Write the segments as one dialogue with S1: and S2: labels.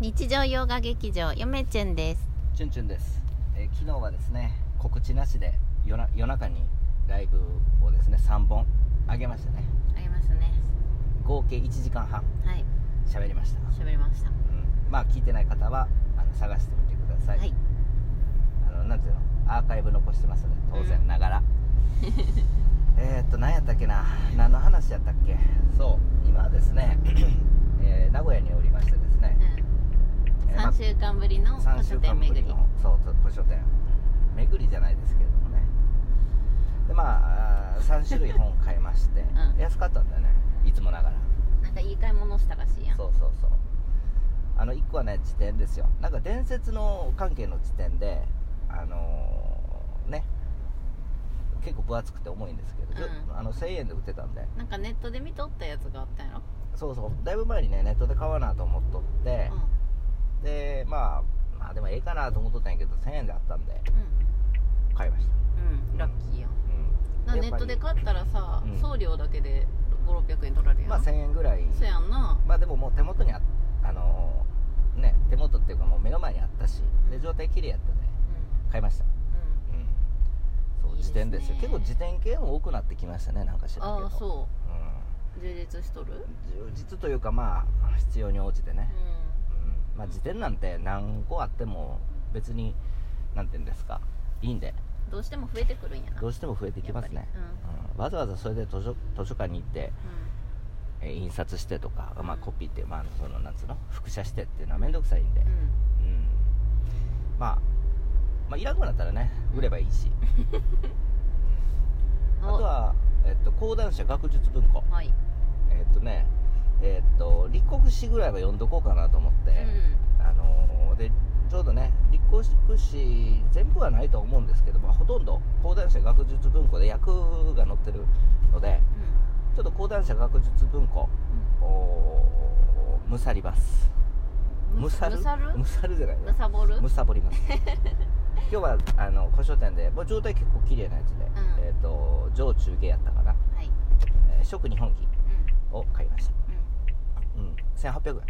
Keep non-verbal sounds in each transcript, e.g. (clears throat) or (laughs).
S1: 日常洋画劇場よめちゅんです
S2: チュンチュンです、えー昨日はですね告知なしで夜な夜中にライブをですね3本あげましたね
S1: ありますね
S2: 合計1時間
S1: は
S2: 半
S1: い
S2: 喋りました、
S1: 喋りました
S2: うん、まあ聞いてない方はあの探してみてください、
S1: はい
S2: あのなんていうのアーカイブ残してますので当然ながら、えーっと何やったっけな何の話やったっけそう今ですね、 (clears throat) えー名古屋におりましてですね、えーまあ
S1: 3週間ぶりの
S2: 3
S1: 古
S2: 週
S1: 書
S2: 間
S1: 店
S2: ぶり
S1: 巡り
S2: のそうと古書店巡りじゃないですけれどもねでまああー3種類本買いまして、
S1: (laughs) うん
S2: 安かったんだよねいつもながら
S1: なんかいい買い物したらしいやん
S2: そうそうそうあの1個はね辞典ですよなんか伝説の関係の辞典であのーね結構分厚くて重いんですけど、
S1: う
S2: あの1000円で売ってたんで
S1: なんかネットで見とったやつがあったんやろ
S2: そうそうだいぶ前にねネットで買わなと思っとって、
S1: う
S2: でまあまあでもええかなと思っとったんやけど1000円であったんで
S1: ん
S2: 買いました
S1: うん、うん、ラッキーやん
S2: うん
S1: な
S2: やっぱり
S1: ネットで買ったらさ、
S2: うん
S1: 送料だけで5600円取られるやん、
S2: まあ1000円ぐらい
S1: そうやんな
S2: まあでももう手元にああのーね手元っていうかもう目の前にあったし
S1: う
S2: で
S1: ん
S2: 状態綺麗やったね
S1: う
S2: 買いました
S1: ん
S2: うんそう
S1: いいです
S2: 辞典ですよ
S1: ね
S2: 結構辞典系も多くなってきましたねなんか知らん
S1: うんああ
S2: けど
S1: そ
S2: うん
S1: う充実しとる
S2: 充実というかまあ必要に応じてね、
S1: う
S2: うんまあ辞典なんて何個あっても別になんて言うんですかいいんで
S1: んどうしても増えてくるんやな
S2: どうしても増えてきます
S1: やっ
S2: ね
S1: ぱ、り
S2: うんわざわざそれで図書図書館に行ってえー印刷してとか、まあ、
S1: うん
S2: コピーって、まあ、そのなんつうの複写してっていうのは面倒くさいんで、う
S1: うんん、うん
S2: まあ、まあいらんくなったらね売ればいい (laughs) し、うんあとは、えっと、講談社学術文庫
S1: おはい、
S2: えっとねえっと立国史ぐらいは読んどこうかなと思って、あのーでちょうどね立国史全部はないと思うんですけど、まあ、ほとんど講談社学術文庫で訳が載ってるので
S1: うんうん
S2: ちょっと講談社学術文庫おーむさりますむさる
S1: むさる
S2: むさるじゃない
S1: むさぼる
S2: むさぼります
S1: (laughs)
S2: 今日はあの古書店でもう状態結構綺麗なやつで、
S1: ん
S2: えっ、と上中下やったかな
S1: はい、うん
S2: えー食日本記を買いました
S1: うん
S2: うん1800円
S1: うん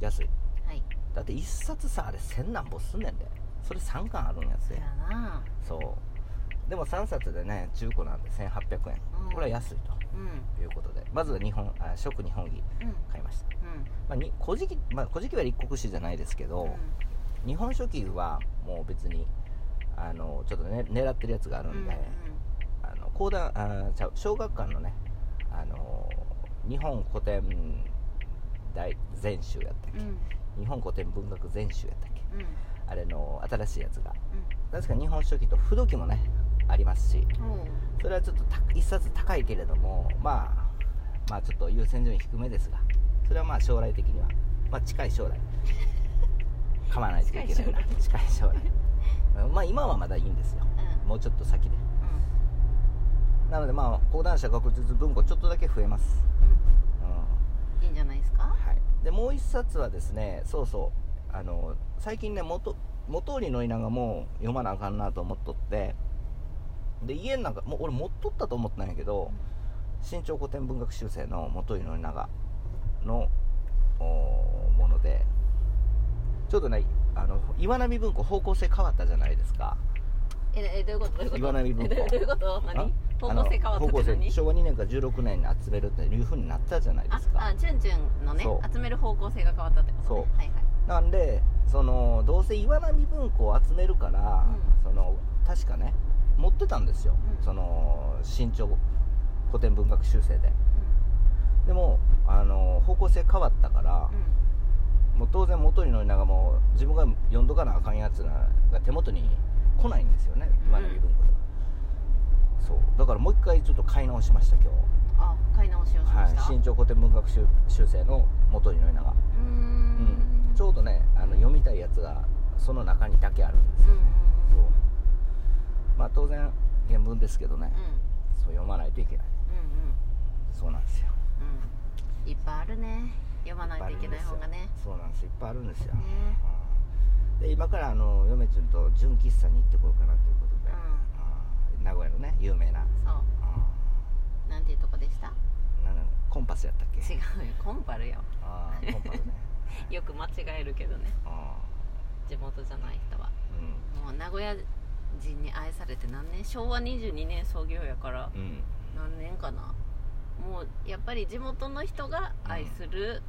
S2: 安い
S1: はい
S2: だって一冊さあれ1000何本すんねんでそれ3巻あるんや
S1: そ
S2: つで
S1: やな
S2: そうでも3冊でね中古なんで1800円
S1: うん
S2: これは安い
S1: うんうん
S2: ということでまずは日本あ食日本記買いました、
S1: う
S2: まあ、に古事記まあ古事記は立国史じゃないですけど、
S1: んうん
S2: 日本書紀はもう別にあのちょっとね狙ってるやつがあるんで、あの講談あーちゃう小学館のねあの日本古典大全集やったっ
S1: う
S2: け、
S1: んうん
S2: 日本古典文学全集やったっけ
S1: うん
S2: あれの新しいやつが確か日本書紀と不動記もねありますし
S1: うんおう
S2: それはちょっとた一冊高いけれどもまあまあちょっと優先順位低めですがそれはまあ将来的には、まあ、近い将来買わないといけないな近い将来まあ今はまだいいんですよ
S1: うん
S2: もうちょっと先でなのでまあ講談社学術文庫ちょっとだけ増えます、う
S1: うんい
S2: ん
S1: いんじゃないですか
S2: はい、でもう一冊はですねそうそうあの最近ね元元織宣長も読まなあかんなと思っとってで家の中もう俺持っとったと思ったんやけど、新潮古典文学修正の元井の長のおーものでちょっとねあの岩波文庫方向性変わったじゃないですか
S1: ええどういうことどういうこと
S2: 岩波文庫
S1: えどうどういうこと何方
S2: あの
S1: 向性変わったっ
S2: 方
S1: て
S2: 向性
S1: 何
S2: 昭和2年から16年に集めるっていうふうになったじゃないで
S1: あ
S2: すか
S1: あチュンチュンのね
S2: そう
S1: 集める方向性が変わったってことね
S2: そう
S1: はいはい
S2: なんでそのどうせ岩波文庫を集めるから、
S1: うん
S2: その確かね持ってたんですよ、
S1: うん
S2: その新潮古典文学修正ででもあの方向性変わったから、
S1: うん
S2: もう当然元に乗りながらもう自分が読んどかなあかんやつが手元に来ないんですよね
S1: うん
S2: 今の文庫では、そうだからもう一回ちょっと買い直しました今
S1: あ買い直しをし
S2: 日、
S1: ました
S2: はい、新潮古典文学修修正の元に乗りながら、
S1: うー
S2: うん
S1: ん
S2: ちょうどねあの読みたいやつがその中にだけあるんです
S1: うん
S2: よ
S1: うん
S2: ね、そうまあ当然原文ですけどね、そう読まないといけない
S1: うんうんうん
S2: そうなんですよ
S1: うんいっぱいあるね読まないといけない方がね
S2: そうなんですよいっぱいあるんですよ、
S1: ね
S2: うんで今からあの嫁ちゃんと純喫茶に行ってこようかなということで、
S1: う
S2: うん名古屋のね有名な、
S1: んそうなんていうとこでした
S2: うんなんだろうコンパスやったっけ
S1: 違うよコンパルよ (laughs)
S2: あーコンパスね
S1: よく間違えるけどね
S2: あ
S1: 地元じゃない人はもう名古屋人に愛されて何年昭和22年創業やから
S2: うんうん
S1: 何年かなもうやっぱり地元の人が愛する、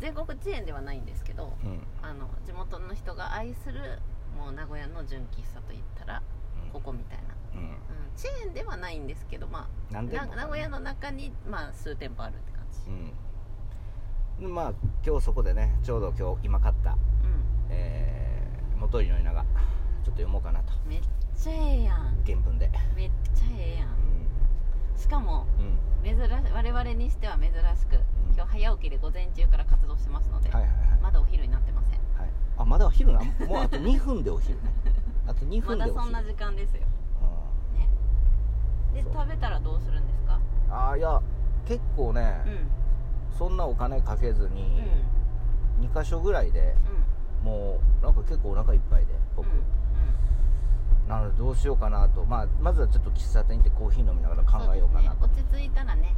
S1: 全国チェーンではないんですけど
S2: うんうん
S1: あの地元の人が愛するもう名古屋の純喫茶といったらここみたいな、
S2: うん
S1: うん、チェーンではないんですけど、ま
S2: なん
S1: あ、
S2: で
S1: な名古屋の中に、まあ、数店舗あるって感じ、
S2: うんでまあ今日そこでねちょうど今日今買った
S1: う
S2: えー元井の稲がちょっと読もうかなと
S1: ん、めっちゃええやん
S2: 原文で
S1: めっちゃええや
S2: うんん
S1: しかも
S2: うん
S1: 珍し我々にしては珍しく今日早起きで午前中から活動してますので、
S2: はいはいはい
S1: まだお昼になってません
S2: はい、あまだお昼なもうあと2分でお
S1: (laughs)
S2: 昼ねあと2
S1: ま
S2: 分で
S1: だ
S2: お昼
S1: そんな時間ですよ
S2: う
S1: ねで
S2: そう
S1: 食べたらどうするんですか
S2: んああいや結構ね、
S1: うんうん
S2: そんなお金かけず
S1: うん
S2: に2箇所ぐらいでもうなんか結構お腹いっぱいで僕、
S1: うん
S2: なのでどうしようかなと、まあ、まずはちょっと喫茶店行ってコーヒー飲みながら考えようかなと
S1: そうですね、落ち着いたらね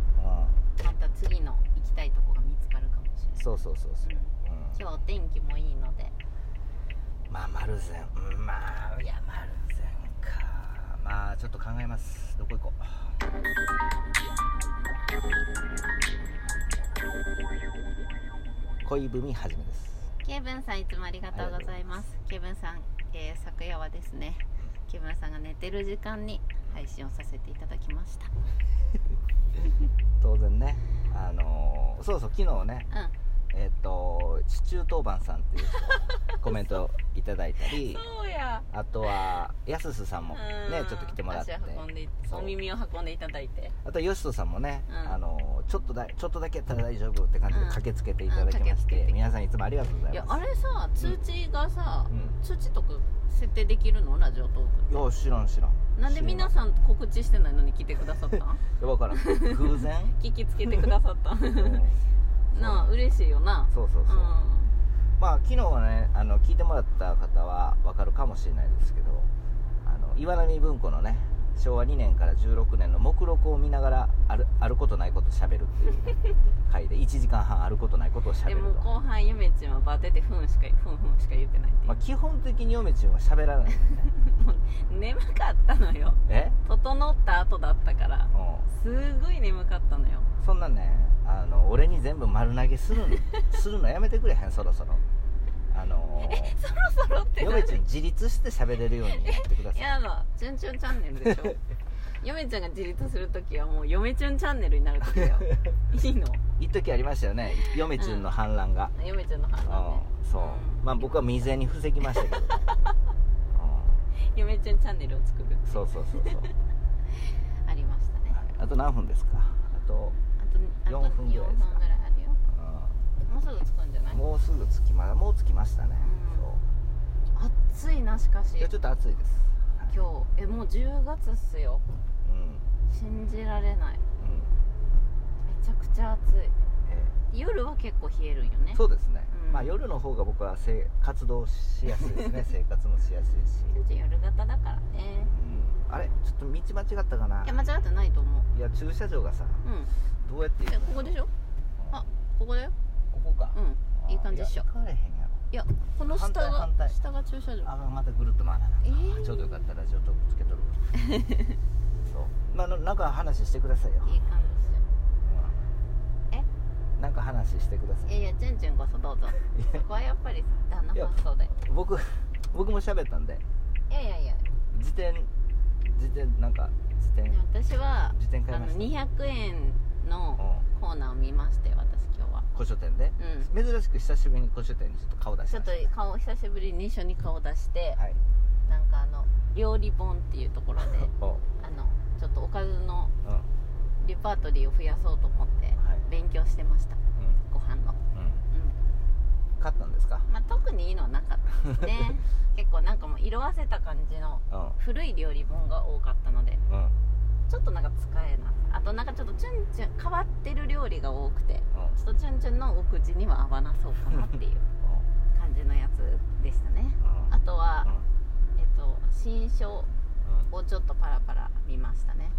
S1: また次の行きたいとこが見つかるかもしれない
S2: そう,、ん、そうそうそうそう、
S1: うん
S2: うん
S1: 今日お天気もいいので
S2: まあ丸善うんまあいや丸善かまあちょっと考えますどこ行こう恋文はじめです
S1: ケイブンさんいつもありがとうございますケイブンさん、えー昨夜はですねケイブンさんが寝てる時間に配信をさせていただきました
S2: 当然ねあのーそうそう昨日ね
S1: うん
S2: えっ、とシチュー当番さんっていう人コメントいただいた
S1: (laughs)
S2: り
S1: そうや
S2: あとはやすすさんもねちょっと来てもらって
S1: 足を運んでい
S2: そう
S1: お耳を運んでいただいて
S2: あとよしとさんもね、
S1: うん
S2: あのちょっとだちょっとだけやったら大丈夫って感じで
S1: うん
S2: 駆けつけていた
S1: うん
S2: だきまし
S1: 駆けつけ
S2: て,、
S1: て
S2: 皆さんいつもありがとうございます
S1: いやあれさ通知がさ、
S2: うん
S1: 通知とか設定できるのラジオトーク
S2: いや知らん知らん
S1: なんで皆さん告知してないのに来てくださったん
S2: 知らんいやわからん偶
S1: (laughs)
S2: 然
S1: 聞きつけてくださ
S2: (laughs)
S1: ったん
S2: うん
S1: なあ嬉しいよな
S2: そうそうそうう、
S1: ん
S2: まあ昨日はねあの聞いてもらった方はわかるかもしれないですけどあの岩波文庫のね昭和2年から16年の目録を見ながらあるあることないことしゃべるっていう、ね、回で1時
S1: (laughs)
S2: 間半あることないことをしゃべ
S1: で
S2: る
S1: も
S2: と、
S1: 後半ゆめちんはバテてふんしかふんふんしか言ってないっていう
S2: まあ、基本的に嫁ちんはしゃべらないんでね
S1: 眠かったのよ
S2: え
S1: 整った後だったから
S2: うん
S1: すごい眠かったのよ
S2: そんなねあの俺に全部丸投げする
S1: (laughs)
S2: のするのやめてくれへんそろそろあの
S1: そろそろって
S2: 嫁ちゃん自立して喋れるようにやってください
S1: やだ「チュンチュンチャンネル」でし
S2: (laughs)
S1: ょ嫁ちゃんが自立するときはもう「嫁チュンチャンネル」になるときだ
S2: (laughs)
S1: よいいの
S2: 一時ありましたよね嫁ちゃんの反乱が、
S1: 嫁ちゃんの
S2: うん
S1: 話ね
S2: そうまあ僕は未然に防ぎましたけ
S1: (laughs)
S2: ど、
S1: 嫁ちゃんチャンネルを作る
S2: うん、そうそうそうそう、はい
S1: ありましたね
S2: あと何分ですかあと、
S1: あとあと
S2: 4分ぐらい
S1: 4
S2: ですか
S1: 分ぐらいあるよもうすぐ着くんじゃな
S2: うん
S1: い
S2: もうすぐ着きまもう着きましたね、
S1: うん暑いなしかし
S2: そういやちょっと暑いです、はい
S1: 今日えもう10月っすよ信じられない
S2: うんうん
S1: めちゃくちゃ暑
S2: え
S1: い夜は結構冷えるんよね
S2: えそうですね、
S1: うん
S2: まあ夜の方が僕はせ活動しやすいです
S1: (laughs)
S2: ね生活もしやすいし
S1: ちょっと夜型だからね
S2: うんあれちょっと道間違ったかない
S1: や間違ってないと思う
S2: いや駐車場がさ
S1: うん
S2: どうやって行
S1: え
S2: く
S1: ここでしょあここだよ
S2: ここか
S1: う、ん
S2: あー
S1: いい感じっしょ
S2: や行かれへんやろ
S1: いやこの下が
S2: 反対反対
S1: 下が駐車場
S2: あまたぐるっと回らな、
S1: えー
S2: ちょうどよかったラジオトークつけとる
S1: (laughs)
S2: そうまあのなんか話してくださいよ、
S1: いい感じっすよ
S2: うん
S1: え
S2: なんか話してくださ
S1: い
S2: い
S1: やいやチュンチュンこそどう (laughs) ぞそこはやっぱり旦那
S2: いや
S1: 放送で
S2: 僕僕も喋ったんで
S1: いやいやいや
S2: 自転自転なんか自転
S1: で私は
S2: 自転買
S1: あ
S2: いま
S1: の
S2: した
S1: 200円の
S2: うん
S1: コーナーを見まして私今日は
S2: 古書店で、珍しく久しぶりに古書店にちょっと顔出しま
S1: ち
S2: し
S1: ょったと顔久しぶりに一緒に顔出して、
S2: はい
S1: なんかあの料理本っていうところで
S2: おう
S1: あのちょっとおかずの
S2: うんはい
S1: レパートリーを増やそうと思って勉強してましたご飯の、
S2: うんうん
S1: う
S2: 勝ったんですか
S1: んまあ、特にいいのはなかったです
S2: (laughs)
S1: ね結構なんかもう色あせた感じの
S2: うん
S1: 古い料理本が多かったので
S2: うんうん
S1: ちょっとなんか使えなあとなんかちょっとチュンチュン変わってる料理が多くてちょっとチュンチュンのお口には合わなそうかなっていう感じのやつでしたね
S2: うん
S1: あとは、
S2: うん
S1: えっと新書をちょっとパラパラ見ましたね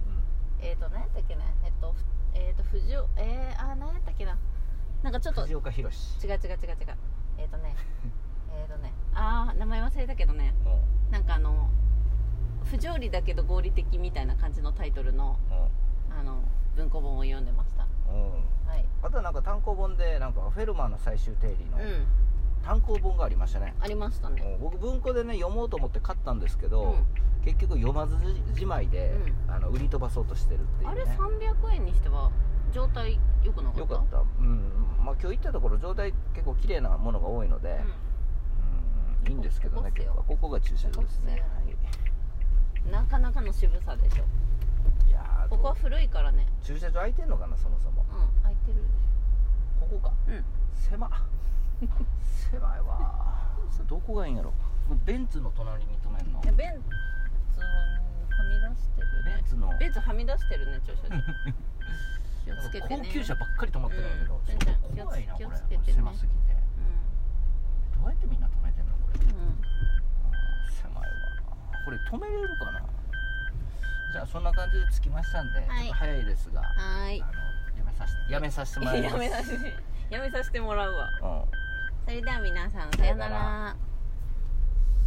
S2: うん
S1: えっ、と何やったっけねえっとふえっ、と藤尾えー、あー何やったっけななんかちょっと違う
S2: 藤岡弘
S1: 違う違う違うえっ、と (laughs) ねえっとねああ名前忘れたけどね
S2: うんうん
S1: なんかあの不条理だけど合理的みたいな感じのタイトルのあの文庫本を読んでました
S2: うん
S1: はい
S2: あとはなんか単行本でなんかフェルマーの最終定理の
S1: うん
S2: 単行本がありましたね、
S1: ありましたね
S2: うん僕文庫でね読もうと思って買ったんですけど、
S1: うん
S2: 結局読まずじまいで、あの売り飛ばそうとしてるっていう、ね、
S1: あれ300円にしては状態良くなかった
S2: よかった、うんまあ、今日行ったところ状態結構綺麗なものが多いので、うんいいんですけどね
S1: ここっす
S2: 結
S1: よ
S2: 構ここが駐車場です
S1: こ
S2: ね
S1: こっ
S2: は
S1: うん、なかなかの渋さでしょ
S2: いいやー
S1: ここは古いからね
S2: 駐車場空いてんのかなそもそも
S1: うん空いてる
S2: ここか
S1: うん (laughs)
S2: 狭っ狭いわーどこがいいんやろベンツの隣に止めんの
S1: いやベンツははみ出してる
S2: ベ
S1: ね
S2: ンツの
S1: ベンツはみ出してるね駐 (laughs) 車場気をつけてね
S2: 高級車ばっかり止まってるんだけど、
S1: うん
S2: ちょっと怖いなこ
S1: 気
S2: れ
S1: を
S2: こ
S1: つけてね
S2: れ狭すぎてどうやってみんな止めてんのこ
S1: う
S2: れ
S1: ん、うん
S2: 狭いわこれ止めれるかなじゃあそんな感じで着きましたんで、
S1: はい
S2: ちょっと早いですが、
S1: はーい
S2: あのやめさせてやめさせても
S1: (laughs)
S2: らいます
S1: やめさせてやめさせてもらうわ
S2: うん
S1: それでは皆さんさような
S2: さような
S1: ら